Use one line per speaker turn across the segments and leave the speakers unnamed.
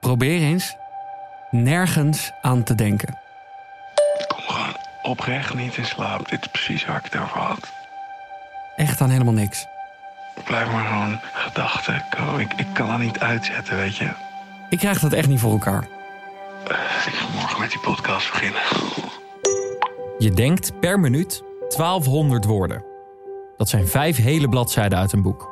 Probeer eens nergens aan te denken.
Ik kom gewoon oprecht niet in slaap. Dit is precies waar ik het over had.
Echt aan helemaal niks.
Blijf maar gewoon gedachten, Co. Ik, ik kan dat niet uitzetten, weet je.
Ik krijg dat echt niet voor elkaar.
Ik ga morgen met die podcast beginnen.
Je denkt per minuut 1200 woorden. Dat zijn vijf hele bladzijden uit een boek.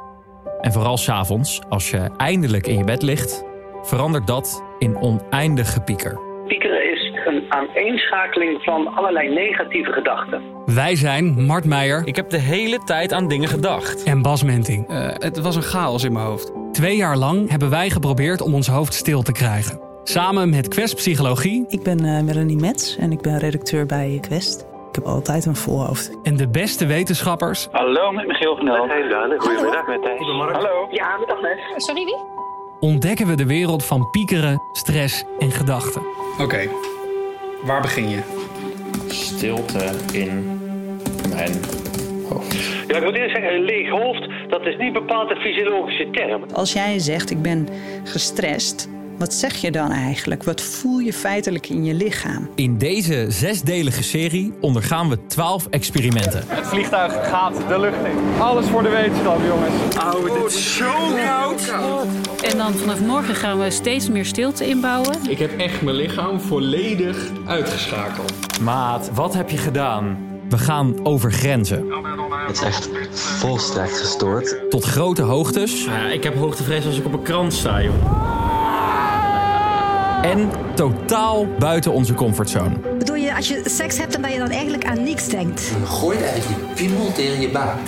En vooral s'avonds, als je eindelijk in je bed ligt, verandert dat in oneindig gepieker.
Piekeren is een aaneenschakeling van allerlei negatieve gedachten.
Wij zijn Mart Meijer
Ik heb de hele tijd aan dingen gedacht.
en Bas Menting.
Eh, het was een chaos in mijn hoofd.
Twee jaar lang hebben wij geprobeerd om ons hoofd stil te krijgen. Samen met Quest Psychologie
Ik ben eh, Melanie Metz en ik ben redacteur bij Quest. Ik heb altijd een vol hoofd.
en de beste wetenschappers
Hallo, met Michiel van Dal. Goedemiddag, met Thijs. Hallo.
Ja, met les.
Sorry, wie?
ontdekken we de wereld van piekeren, stress en gedachten.
Oké, waar begin je?
Stilte in mijn hoofd.
Ja, ik moet eerlijk zeggen, een leeg hoofd, dat is niet bepaald een fysiologische term.
Als jij zegt ik ben gestrest, wat zeg je dan eigenlijk? Wat voel je feitelijk in je lichaam?
In deze zesdelige serie ondergaan we 12 experimenten.
Het vliegtuig gaat de lucht in. Alles voor de wetenschap, jongens.
En dan vanaf morgen gaan we steeds meer stilte inbouwen.
Ik heb echt mijn lichaam volledig uitgeschakeld.
Maat, wat heb je gedaan? We gaan over grenzen.
Het is echt volstrekt gestoord.
Tot grote hoogtes
ik heb hoogtevrees als ik op een krant sta, joh.
en totaal buiten onze comfortzone.
Bedoel je, als je seks hebt en dat je dan eigenlijk aan niks denkt?
Gooi eigenlijk je piemel tegen je baan.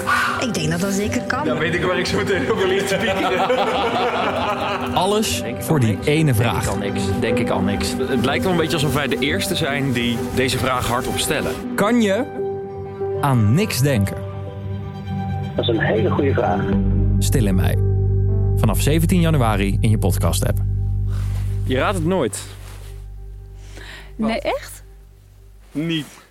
Ik denk dat dat zeker kan.
weet ik waar ik zo meteen over liet
Alles voor die ene
Ik
vraag.
kan niks, denk ik al niks.
Het lijkt wel een beetje alsof wij de eerste zijn die deze vraag hardop stellen.
Kan je aan niks denken?
Dat is een hele goede vraag.
Stil in mij. Vanaf 17 januari in je podcast app.
Je raadt het nooit.
Nee, echt?
Niet.